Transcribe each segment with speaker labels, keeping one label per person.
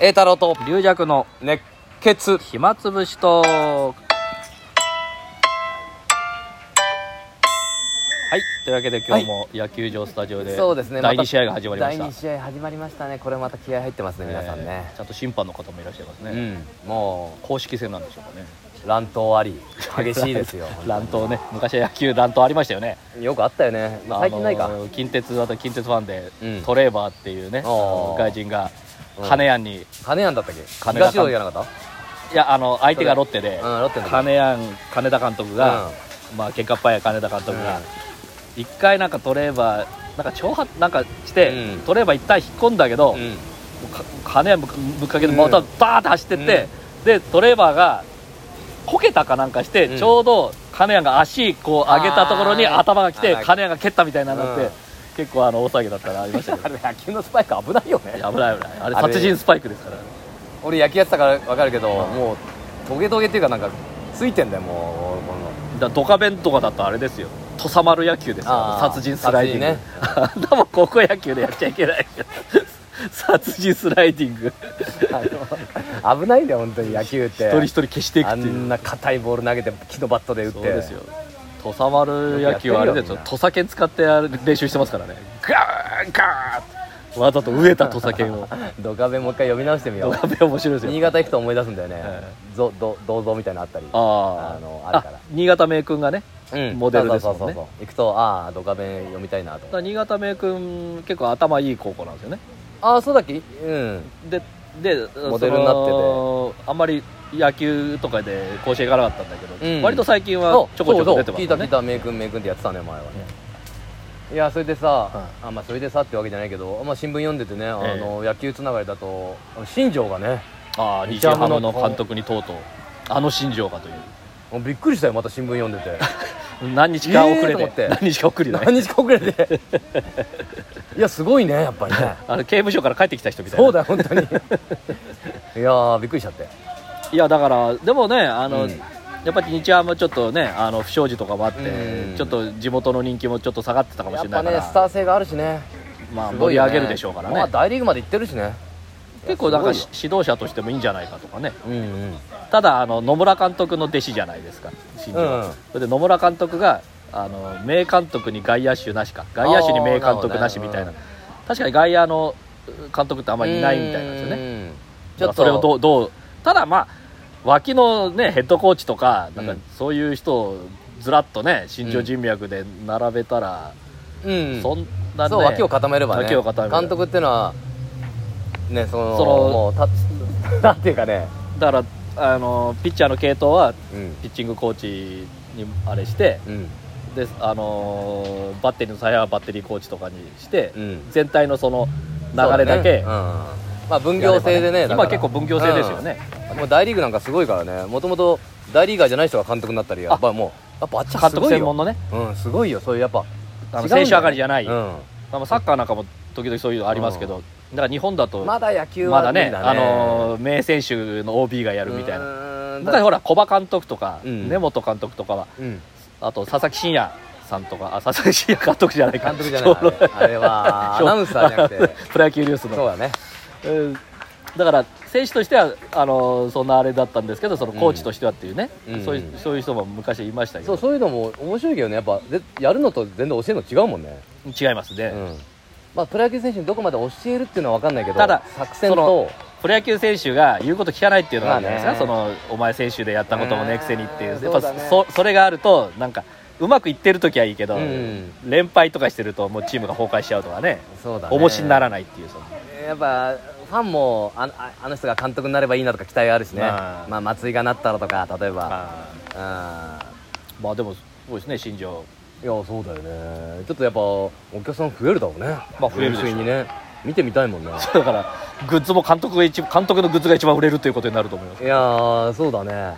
Speaker 1: 栄太郎と
Speaker 2: 龍弱の
Speaker 1: 熱血
Speaker 2: 暇つぶしとはいというわけで今日も野球場スタジオで
Speaker 1: そうですね
Speaker 2: 第
Speaker 1: た
Speaker 2: 2試合が始まりました
Speaker 1: 第2試合始まりましたねこれまた気合入ってますね皆さんね
Speaker 2: えー、ちゃんと審判の方もいらっしゃいますね、
Speaker 1: うんも
Speaker 2: 公式戦なんでしょうかね
Speaker 1: う乱闘あり激しいですよ
Speaker 2: 乱闘ね昔は野球 乱闘ありましたよね
Speaker 1: よくあったよね、まあ、最近ない
Speaker 2: あ
Speaker 1: か
Speaker 2: の近鉄だと近鉄ファンで、
Speaker 1: うん
Speaker 2: トレーバーっていうねあの
Speaker 1: おー
Speaker 2: 外人が
Speaker 1: うん
Speaker 2: 金谷に、い
Speaker 1: 金やんだったっけ
Speaker 2: 金だ
Speaker 1: 東洋じゃなかっ
Speaker 2: やあの相手がロッテで、
Speaker 1: たうんロッテの時
Speaker 2: 金谷金田監督が、まあ結果っぱいや金田監督が、
Speaker 1: うん
Speaker 2: 一回なんかトレーバーなんか挑発なんかして、
Speaker 1: うん
Speaker 2: トレーバー一旦引っ込んだけど、
Speaker 1: うん
Speaker 2: か金谷ぶっぶっかけて
Speaker 1: うん
Speaker 2: またバーって走ってって、でトレーバーがこけたかなんかして、
Speaker 1: うん
Speaker 2: ちょうど金谷が足こう上げたところに
Speaker 1: あー
Speaker 2: 頭が来て
Speaker 1: あー
Speaker 2: 金谷が蹴ったみたいになって、
Speaker 1: うん
Speaker 2: 結構あの大騒ぎだったのありましたけ
Speaker 1: あれ
Speaker 2: ど
Speaker 1: 野球のスパイク危ないよね
Speaker 2: いや危ない危ないあれ
Speaker 1: あれ
Speaker 2: 殺人スパイクですから
Speaker 1: 俺野球やってたから分かるけど、
Speaker 2: うん
Speaker 1: もうトゲトゲっていうかなんかついてんだよもうこの
Speaker 2: だドカベンとかだとあれですよ土佐丸野球ですよ
Speaker 1: あー
Speaker 2: 殺人スライディング、
Speaker 1: 殺
Speaker 2: あんなもん高校野球でやっちゃいけない けど殺人スライディング
Speaker 1: あの危ないんだよ本当に野球って
Speaker 2: 一人一人消していく
Speaker 1: あ
Speaker 2: っていうん
Speaker 1: な硬いボール投げて木のバットで打って
Speaker 2: そうですよ土佐丸野球はあれで
Speaker 1: よくやってるよみ
Speaker 2: すよ
Speaker 1: んな
Speaker 2: 土佐犬使ってあれ練習してますからねガーンガーンわざと植えた土佐犬を
Speaker 1: ドカベンもう一回読み直してみよ
Speaker 2: ド
Speaker 1: う
Speaker 2: カベン面白いです
Speaker 1: 新
Speaker 2: よ
Speaker 1: 潟行くと思い出すんだよね、
Speaker 2: え
Speaker 1: ぞど銅像みたいなのあったり
Speaker 2: あー
Speaker 1: あのあるから
Speaker 2: 新潟名君がね
Speaker 1: うん
Speaker 2: モデルですもんね
Speaker 1: そうそうそうそう行くとああドカベン読みたいなと
Speaker 2: だ
Speaker 1: 思
Speaker 2: から
Speaker 1: って
Speaker 2: 新潟名君結構頭いい高校なんですよね
Speaker 1: ああそうだっけうん
Speaker 2: でで
Speaker 1: モデルになってて
Speaker 2: そのあんまり野球とかで甲子園行かなかったんだけど、
Speaker 1: うん
Speaker 2: 割と最近
Speaker 1: そ
Speaker 2: は
Speaker 1: う
Speaker 2: ちょこちょこ出て
Speaker 1: そう
Speaker 2: ま
Speaker 1: そう聞
Speaker 2: す
Speaker 1: いた
Speaker 2: よ
Speaker 1: 聞い
Speaker 2: ね
Speaker 1: た名君名君ってやってたね前はね、いやそれでさ、
Speaker 2: は
Speaker 1: あまあそれでさってわけじゃないけど、まあ、新聞読んでてね、あ
Speaker 2: え
Speaker 1: の野球つながりだとあの新庄がね
Speaker 2: ああ日ハムの監督にとうとうあの新庄がという
Speaker 1: もうびっくりしたよまた新聞読んでて
Speaker 2: 何日か遅
Speaker 1: え
Speaker 2: れ
Speaker 1: ーと
Speaker 2: で、
Speaker 1: 思って
Speaker 2: 何日か遅れで
Speaker 1: 何日か遅れていやすごいねやっぱりね
Speaker 2: あの刑務所から帰ってきた人みたいな
Speaker 1: そうだよ本当に いやーびっくりしちゃって
Speaker 2: いやだからでもねあの、
Speaker 1: うん
Speaker 2: やっぱり日ハムちょっとねあの不祥事とかもあって、
Speaker 1: うん
Speaker 2: ちょっと地元の人気もちょっと下がってたかも
Speaker 1: やっ
Speaker 2: しれな
Speaker 1: ぱ
Speaker 2: いか
Speaker 1: ね
Speaker 2: ら、
Speaker 1: スター性があるしね
Speaker 2: まあ、
Speaker 1: す
Speaker 2: 盛
Speaker 1: ごい
Speaker 2: り
Speaker 1: よ
Speaker 2: 上
Speaker 1: ね
Speaker 2: げるでしょうからね
Speaker 1: まあ大リーグまで行ってるしね
Speaker 2: 結構なんか
Speaker 1: いやす
Speaker 2: 指導者としてもいいんじゃないかとかね
Speaker 1: うんうん
Speaker 2: ただあの野村監督の弟子じゃないですか新庄は、
Speaker 1: うん
Speaker 2: それで野村監督があの名監督に外野手なしか外野手に名監督なしみたい
Speaker 1: な
Speaker 2: な
Speaker 1: る
Speaker 2: 確かに外野の監督ってあん
Speaker 1: あ
Speaker 2: まりいないみたいなんですよね
Speaker 1: ね
Speaker 2: ちょっとそれをどうどうただまあ脇のねヘッドコーチとかなん
Speaker 1: う
Speaker 2: か
Speaker 1: ん
Speaker 2: そういう人をずらっとね新庄人脈で並べたら、
Speaker 1: うん
Speaker 2: そんなね
Speaker 1: そう脇を固めればね
Speaker 2: 脇を固めれば
Speaker 1: 監督っていうのはねその
Speaker 2: その
Speaker 1: もうた なんていうかね、
Speaker 2: だからあのピッチャーの系統は
Speaker 1: うん
Speaker 2: ピッチングコーチにあれして
Speaker 1: うん
Speaker 2: であのーバッテリーの采配はバッテリーコーチとかにして、
Speaker 1: うん、
Speaker 2: 全体のその流れだ
Speaker 1: そうねう
Speaker 2: け
Speaker 1: んまあ分業制でねだか
Speaker 2: 今
Speaker 1: ら
Speaker 2: 結構分業制ですよね、
Speaker 1: うんもう大リーグなんかすごいからねもともと大リーガーじゃない人が監督になったりやっぱもうやっぱあっちは
Speaker 2: 監
Speaker 1: すご
Speaker 2: 督
Speaker 1: い
Speaker 2: 専門
Speaker 1: よ、
Speaker 2: のね
Speaker 1: うん、すごいよそういうやっぱ
Speaker 2: あ
Speaker 1: 違う
Speaker 2: の
Speaker 1: んだよね
Speaker 2: 選手上がりじゃない、
Speaker 1: うん
Speaker 2: まあサッカーなんかも時々そういうのありますけど、だから日本だと
Speaker 1: まだ野球
Speaker 2: ま
Speaker 1: は
Speaker 2: だね
Speaker 1: 無理
Speaker 2: あのー名選手の OB がやるみたいな
Speaker 1: な
Speaker 2: 昔ほら古葉監督とか、
Speaker 1: うん
Speaker 2: 根本監督とかは
Speaker 1: うん、
Speaker 2: あと佐々木真也さんとかあ佐々木真也監督じゃないか
Speaker 1: 監督じゃない あれあれ はアナウンサーじゃなくて
Speaker 2: プロ野球ニュース
Speaker 1: そう
Speaker 2: の、
Speaker 1: だね
Speaker 2: うんだから選手としてはあのーそんなあれだったんですけどそのコーチとしてはっていうね、
Speaker 1: うん
Speaker 2: そういううんそういう人も昔いましたけ
Speaker 1: そう
Speaker 2: ど
Speaker 1: そういうのも面白いけどねやっぱでやるのと全然教えるの違うもんね、
Speaker 2: 違いますね、
Speaker 1: うんまあ、プロ野球選手にどこまで教えるっていうのは分かんないけど
Speaker 2: ただ
Speaker 1: 作戦と
Speaker 2: プロ野球選手が言うこと聞かないっていうのがあるじゃないですか、
Speaker 1: ま
Speaker 2: そのお前選手でやったこともねえくせにっていう、
Speaker 1: うん
Speaker 2: やっぱ
Speaker 1: そうだね
Speaker 2: そそれがあるとなんかうまくいってる時はいいけど、
Speaker 1: うん
Speaker 2: 連敗とかしてるともうチームが崩壊しちゃうとかね
Speaker 1: そうだね
Speaker 2: 重しにならないっていうその
Speaker 1: やっぱファンもあああの人が監督になればいいなとか期待あるしね、
Speaker 2: まあ
Speaker 1: まあ、松井がなったらとか例えば
Speaker 2: あ
Speaker 1: あ
Speaker 2: ーまあでもそうですね新庄
Speaker 1: いやそうだよねちょっとやっぱお客さん増えるだろうね
Speaker 2: まあ増えるでしょう
Speaker 1: 純粋にね見てみたいもんね
Speaker 2: だからグッズも監督が一監督のグッズが一番売れるということになると思います
Speaker 1: いやーそうだねだか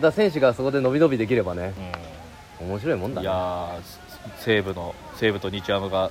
Speaker 1: ら選手がそこで伸び伸びできればね面白いもんだ
Speaker 2: い
Speaker 1: ね
Speaker 2: やー西武の西武と日ハムが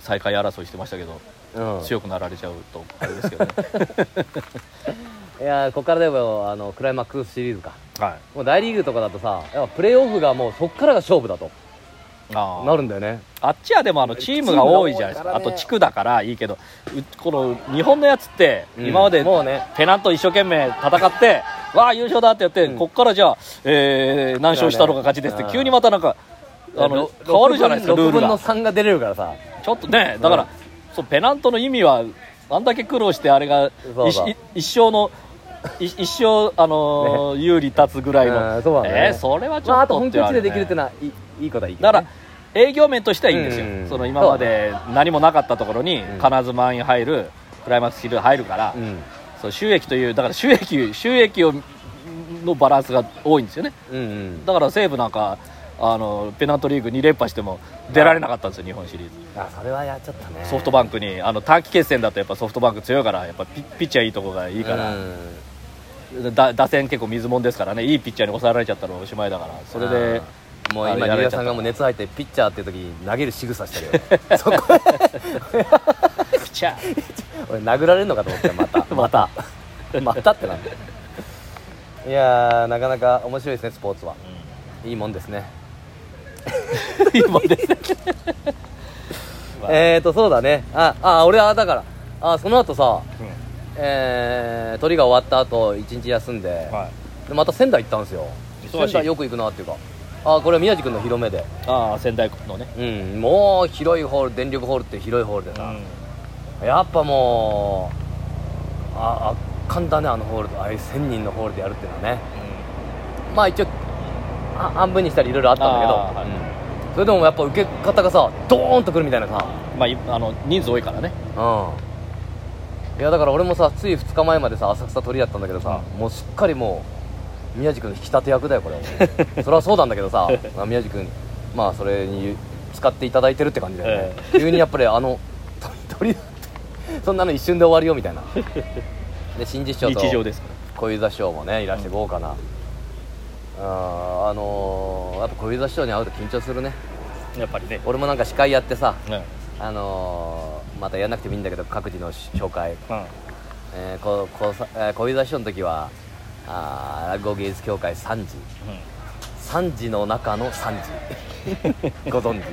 Speaker 2: 最下位争いしてましたけど、
Speaker 1: うん、
Speaker 2: 強くなられちゃうとあれですけ どね
Speaker 1: いやーここからでもあのクライマックスシリーズか
Speaker 2: はい
Speaker 1: もう大リーグとかだとさやっぱプレーオフがもうそっからが勝負だと
Speaker 2: あー
Speaker 1: なるんだよね
Speaker 2: あっちはでもあのチームが多いじゃないで
Speaker 1: チ
Speaker 2: すか
Speaker 1: ームが多いから
Speaker 2: あ
Speaker 1: ね
Speaker 2: と地区だからいいけどうこの日本のやつって
Speaker 1: うん
Speaker 2: 今まで
Speaker 1: もうね
Speaker 2: ペナント一生懸命戦って、わあ優勝だってやって、
Speaker 1: うん
Speaker 2: こっからじゃあ、えー何勝したのが勝ちですって
Speaker 1: そうだね
Speaker 2: 急にまたなんかあの
Speaker 1: ろ
Speaker 2: 変わるじゃないですかルール
Speaker 1: 6分の
Speaker 2: が
Speaker 1: 3が出れるからさ
Speaker 2: ちょっとねだから、
Speaker 1: うん
Speaker 2: そうペナントの意味はあんだけ苦労してあれが
Speaker 1: そうだ
Speaker 2: 一一生のい一生、あのー有利立つぐらいの、
Speaker 1: うんそうだね
Speaker 2: えーそれはち
Speaker 1: ま
Speaker 2: ょ
Speaker 1: あ
Speaker 2: っ
Speaker 1: あと
Speaker 2: と
Speaker 1: 本
Speaker 2: っ
Speaker 1: 気
Speaker 2: て
Speaker 1: 打
Speaker 2: あ
Speaker 1: ち
Speaker 2: るね
Speaker 1: でできるってのはいいいいことはいいけど
Speaker 2: だ
Speaker 1: ね
Speaker 2: から営業面としてはいいんですよ、
Speaker 1: うん
Speaker 2: その今まで何もなかったところに
Speaker 1: ん
Speaker 2: 必ず満員入る、クライマックスヒル入るから、
Speaker 1: うん
Speaker 2: そう収益というだから収益収益をのバランスが多いんですよね
Speaker 1: うんうん
Speaker 2: だから西武なんかあのペナントリーグ2連覇しても出られなかったんですよ日本シリーズ
Speaker 1: あそれはやっちゃったね
Speaker 2: ソフトバンクにあの短期決戦だとやっぱソフトバンク強いからやっぱピピッチャーいいとこがいいから、
Speaker 1: うん
Speaker 2: だ打線結構水もんですからねいいピッチャーに抑えられちゃったらおしまいだからそれで
Speaker 1: あーもう
Speaker 2: あれ
Speaker 1: 今
Speaker 2: やら
Speaker 1: リ
Speaker 2: れちゃ
Speaker 1: アさ
Speaker 2: った
Speaker 1: んがもう熱入ってピッチャーっていう時に投げる仕草してるよそこ
Speaker 2: ピッチャー
Speaker 1: 俺殴られるのかと思ったよまた
Speaker 2: また
Speaker 1: またってなんだよいやーなかなか面白いですねスポーツはいいもんですね
Speaker 2: 今ですねまあ
Speaker 1: えーとそうだねああ俺はだからあその後さえー、鳥が終わった後一日休んで、
Speaker 2: はい
Speaker 1: でまた仙台行ったんですよ
Speaker 2: 忙しい
Speaker 1: 仙台よく行くなっていうかあこれは宮治君の広めで
Speaker 2: ああ仙台のね、
Speaker 1: うんもう広いホール電力ホールって広いホールでさ、やっぱもうあ圧巻だねあのホールああいう1000人のホールでやるっていうのはねまあ一応あ半分にしたりいろいろあったんだけど、
Speaker 2: あーはい
Speaker 1: うんそれでもやっぱ受け方がさドーンとくるみたいなさ
Speaker 2: まあいあの人数多いからね
Speaker 1: うんいやだから俺もさつい2日前までさ浅草鳥だったんだけどさ、もうすっかりもう宮治君の引き立て役だよこ れそれはそうなんだけどさ、まあ、宮治君まあそれに使っていただいてるって感じだよね、急にやっぱりあの鳥鳥だってそんなの一瞬で終わるよみたいなで新次師匠と
Speaker 2: 日常です
Speaker 1: 小遊三師匠もねいらして豪華な、あーあのーやっぱ小遊三師匠に会うと緊張するね
Speaker 2: やっぱりね、
Speaker 1: 俺もなんか司会やってさ
Speaker 2: うんうん
Speaker 1: あのーまたやんなくてもいいんだけど各自の紹介、えーここさえー小遊三師匠の時はあー落語芸術協会3時3時の中の3時ご存知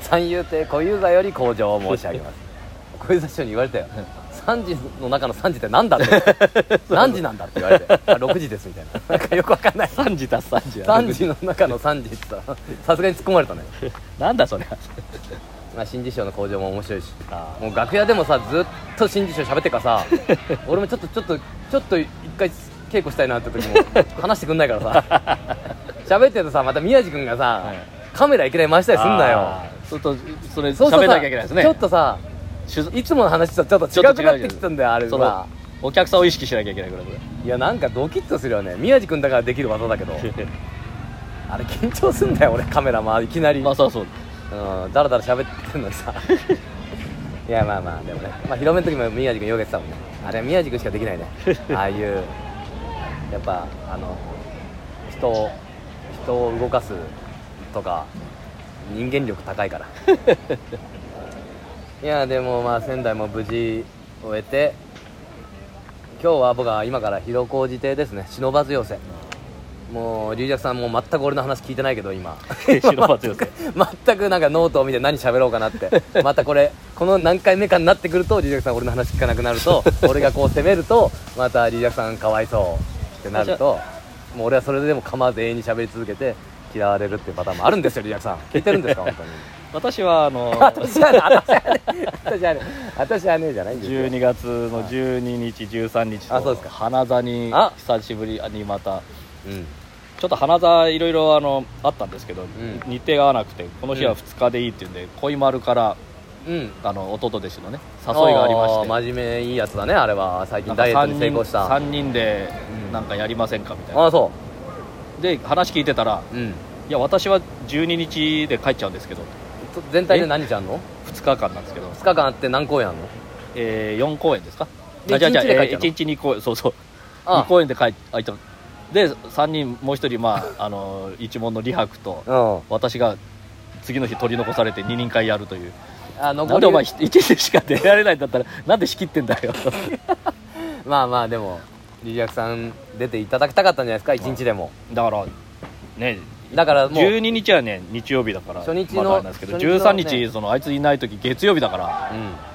Speaker 1: 三遊亭小遊三より向上を申し上げます小遊三師匠に言われたよ3時の中の3時って何だって何時なんだって言われてあ6時ですみたいななんかよくわかんない
Speaker 2: 3時たす3時や
Speaker 1: 3時の中の3時って言ったらさすがに突っ込まれたね
Speaker 2: なんだそれ
Speaker 1: まあ、新次師匠の工場も面白いし
Speaker 2: あ
Speaker 1: もう楽屋でもさずっと新次師匠喋ってか さ俺もちょっとちょっとちょっと一回稽古したいなって 時も話してくんないからさ喋ってるとさまた宮治君がさ、
Speaker 2: はい
Speaker 1: カメラいきなり回したりすんなよ
Speaker 2: ちょっとそれ
Speaker 1: そうす
Speaker 2: 喋
Speaker 1: ると
Speaker 2: らな
Speaker 1: さ
Speaker 2: きゃいけないですね
Speaker 1: ちょっとさ
Speaker 2: 取材
Speaker 1: いつもの話とちょっと違くなってきたんだよあれ
Speaker 2: その
Speaker 1: さ
Speaker 2: お客さんを意識しなきゃいけないぐらいこ
Speaker 1: いやなんかドキッとするよね宮治君だからできる技だけど
Speaker 2: れ
Speaker 1: あれ緊張すんだよ俺カメラ回いきなり
Speaker 2: まあそうそう
Speaker 1: うんだらだら喋ってんのにさ いやまあまあでもね、まあ、広めの時も宮治君よけてたもんねあれは宮治君しかできないねああいうやっぱあの人を人を動かすとか人間力高いからいやでもまあ仙台も無事終えて今日は僕は今から広小路邸ですね忍ばず寄せもう龍尺さんもう全く俺の話聞いてないけど今
Speaker 2: 白松で す
Speaker 1: 全くなんかノートを見て何喋ろうかなって またこれこの何回目かになってくるとリリアクさん俺の話聞かなくなる と俺がこう攻めるとまたリリアクさんかわいそうってなるともう俺はそれでも構わず永遠に喋り続けて嫌われるっていうパターンもあるん ですよリリアクさん聞いてるんですか本当に
Speaker 2: 私はあの
Speaker 1: 私はね私はね私はね私はねじゃないんですよ
Speaker 2: 12月の12日13日
Speaker 1: あそうです
Speaker 2: と
Speaker 1: か
Speaker 2: 花座に
Speaker 1: あ
Speaker 2: 久しぶりにまた
Speaker 1: うん
Speaker 2: ちょっと花座いろいろあのあったんですけど、
Speaker 1: ん
Speaker 2: 日程が合わなくてこの日は2日でいいっていうんで、恋丸から
Speaker 1: うん
Speaker 2: あの弟弟子のね誘いがありまして
Speaker 1: あー真面目いいやつだねあれは最
Speaker 2: な
Speaker 1: 近
Speaker 2: んか
Speaker 1: ダイエット
Speaker 2: 3
Speaker 1: に成功
Speaker 2: 人
Speaker 1: したあ
Speaker 2: 三人で
Speaker 1: うん
Speaker 2: なんかやりませんかみたいな、
Speaker 1: あそ
Speaker 2: で話聞いてたら
Speaker 1: ううん
Speaker 2: いや私は12日で帰っちゃうんですけど
Speaker 1: と全体で何ちゃんの
Speaker 2: 2日間なんですけど、
Speaker 1: 2日間あって何公演あんの
Speaker 2: え4公演ですか
Speaker 1: で
Speaker 2: あじゃあじゃあ
Speaker 1: 一日で帰っちゃうの
Speaker 2: えー一日2公演そうそう
Speaker 1: あ
Speaker 2: 2公演で帰っあいたで3人もう1人まああの一門の李白と
Speaker 1: うん
Speaker 2: 私が次の日取り残されて二人会やるという
Speaker 1: あ残り
Speaker 2: なんでお前一日しか出られないんだったらなんで仕切って んだよ
Speaker 1: まあまあでもリリアクさん出ていただきたかったんじゃないですか一日でも、
Speaker 2: だからね
Speaker 1: だからもう
Speaker 2: 12日はね日曜日だから
Speaker 1: 初日の
Speaker 2: まだあれなんですけど
Speaker 1: 初日の
Speaker 2: 13
Speaker 1: ね
Speaker 2: 日そのあいついない時月曜日だから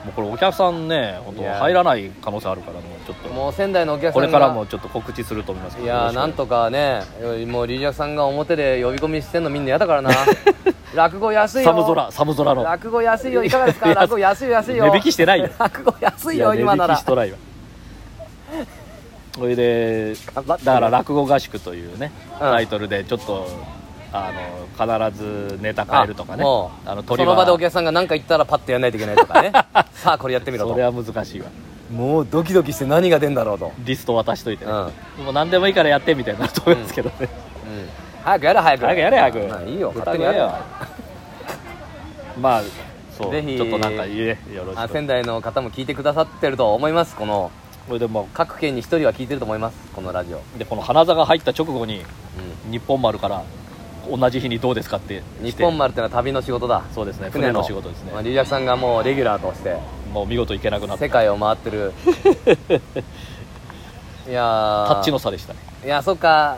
Speaker 2: もうこれお客さんね本当
Speaker 1: いやー
Speaker 2: 入らない可能性あるからもうちょっ
Speaker 1: うん、
Speaker 2: と
Speaker 1: もう仙台のお客さ
Speaker 2: こ
Speaker 1: んが
Speaker 2: れからもちょっと告知すると思いますけ
Speaker 1: い
Speaker 2: ど
Speaker 1: やーなんとかねもう龍尺さんが表で呼び込みしてんのみんな嫌だから な落語安いよ
Speaker 2: 寒空寒空の
Speaker 1: 落語安いよいかがです
Speaker 2: い
Speaker 1: か
Speaker 2: や
Speaker 1: 落語安いよ安いよ
Speaker 2: 値引きしてないよ
Speaker 1: 落語安いよ
Speaker 2: や
Speaker 1: 今な
Speaker 2: 値引
Speaker 1: ら
Speaker 2: きしとらいわそれで
Speaker 1: あ
Speaker 2: だから落語合宿というね、
Speaker 1: ん
Speaker 2: タイトルでちょっとあの必ずネタ変えるとかね
Speaker 1: もう
Speaker 2: あの
Speaker 1: そ
Speaker 2: 鳥は
Speaker 1: の場でお客さんが何か言ったらパッとやらないといけないと かねさあこれやってみろ
Speaker 2: それ
Speaker 1: と
Speaker 2: は難しいわ
Speaker 1: もうドキドキして何が出んだろうと、
Speaker 2: リスト渡しといて
Speaker 1: う
Speaker 2: ね、
Speaker 1: んうん、
Speaker 2: もう何でもいいからやってみたいになると思いますけどね、
Speaker 1: 早くやれ早く
Speaker 2: 早くやれ早く
Speaker 1: まあいいよ
Speaker 2: 歌
Speaker 1: 勝
Speaker 2: う
Speaker 1: 手に
Speaker 2: の
Speaker 1: やれ
Speaker 2: よまあそう
Speaker 1: ぜひ
Speaker 2: ちょっとなんか言えよろし
Speaker 1: あ
Speaker 2: く
Speaker 1: 仙台の方も聞いてくださってると思いますこの
Speaker 2: これでも
Speaker 1: 各県に一人は聞いてると思いますこのラジオ、うん、
Speaker 2: でこの花座が入った直後に日本丸から同じ日にどうですかって来
Speaker 1: 日
Speaker 2: て
Speaker 1: 本丸ってのは旅の仕事だ
Speaker 2: そうですね船の仕事ですね
Speaker 1: まあ、龍尺さんがもうレギュラーとして
Speaker 2: もう見事行けなくなった
Speaker 1: 世界を回って るいや
Speaker 2: タ
Speaker 1: ー
Speaker 2: ッチの差でしたね
Speaker 1: いやそっか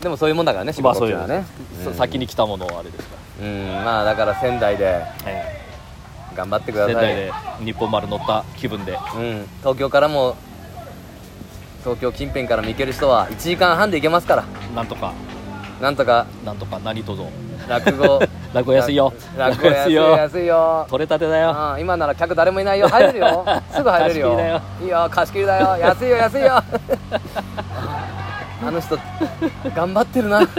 Speaker 1: でもそういうもんだからね仕事っていうのはね、
Speaker 2: さ
Speaker 1: うん
Speaker 2: 先に来たものをあれですか
Speaker 1: うんまあだから仙台で
Speaker 2: ら、え
Speaker 1: 頑張ってく
Speaker 2: え
Speaker 1: ださい
Speaker 2: 仙台で日本丸乗った気分で
Speaker 1: うん東京からも東京近辺からも行ける人は1時間半で行けますから
Speaker 2: なんとか
Speaker 1: なんとか
Speaker 2: なんとか何とぞ
Speaker 1: 落 語
Speaker 2: 落語安いよ
Speaker 1: 落語安い
Speaker 2: 落
Speaker 1: よ
Speaker 2: 語
Speaker 1: 安いよ
Speaker 2: 取れたてだよ
Speaker 1: うん今なら客誰もいないよ入れる よすぐ入れる
Speaker 2: 貸し切り
Speaker 1: よ
Speaker 2: だよ
Speaker 1: いいよ貸し切りだよ安いよ 安いよあの人頑張ってるな
Speaker 2: ぜ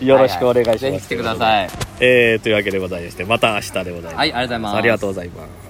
Speaker 2: ひよろしくお願いします、
Speaker 1: ぜひ来てください
Speaker 2: えーというわけでございましてまた明日でございます、
Speaker 1: はいありがとうございます
Speaker 2: ありがとうございます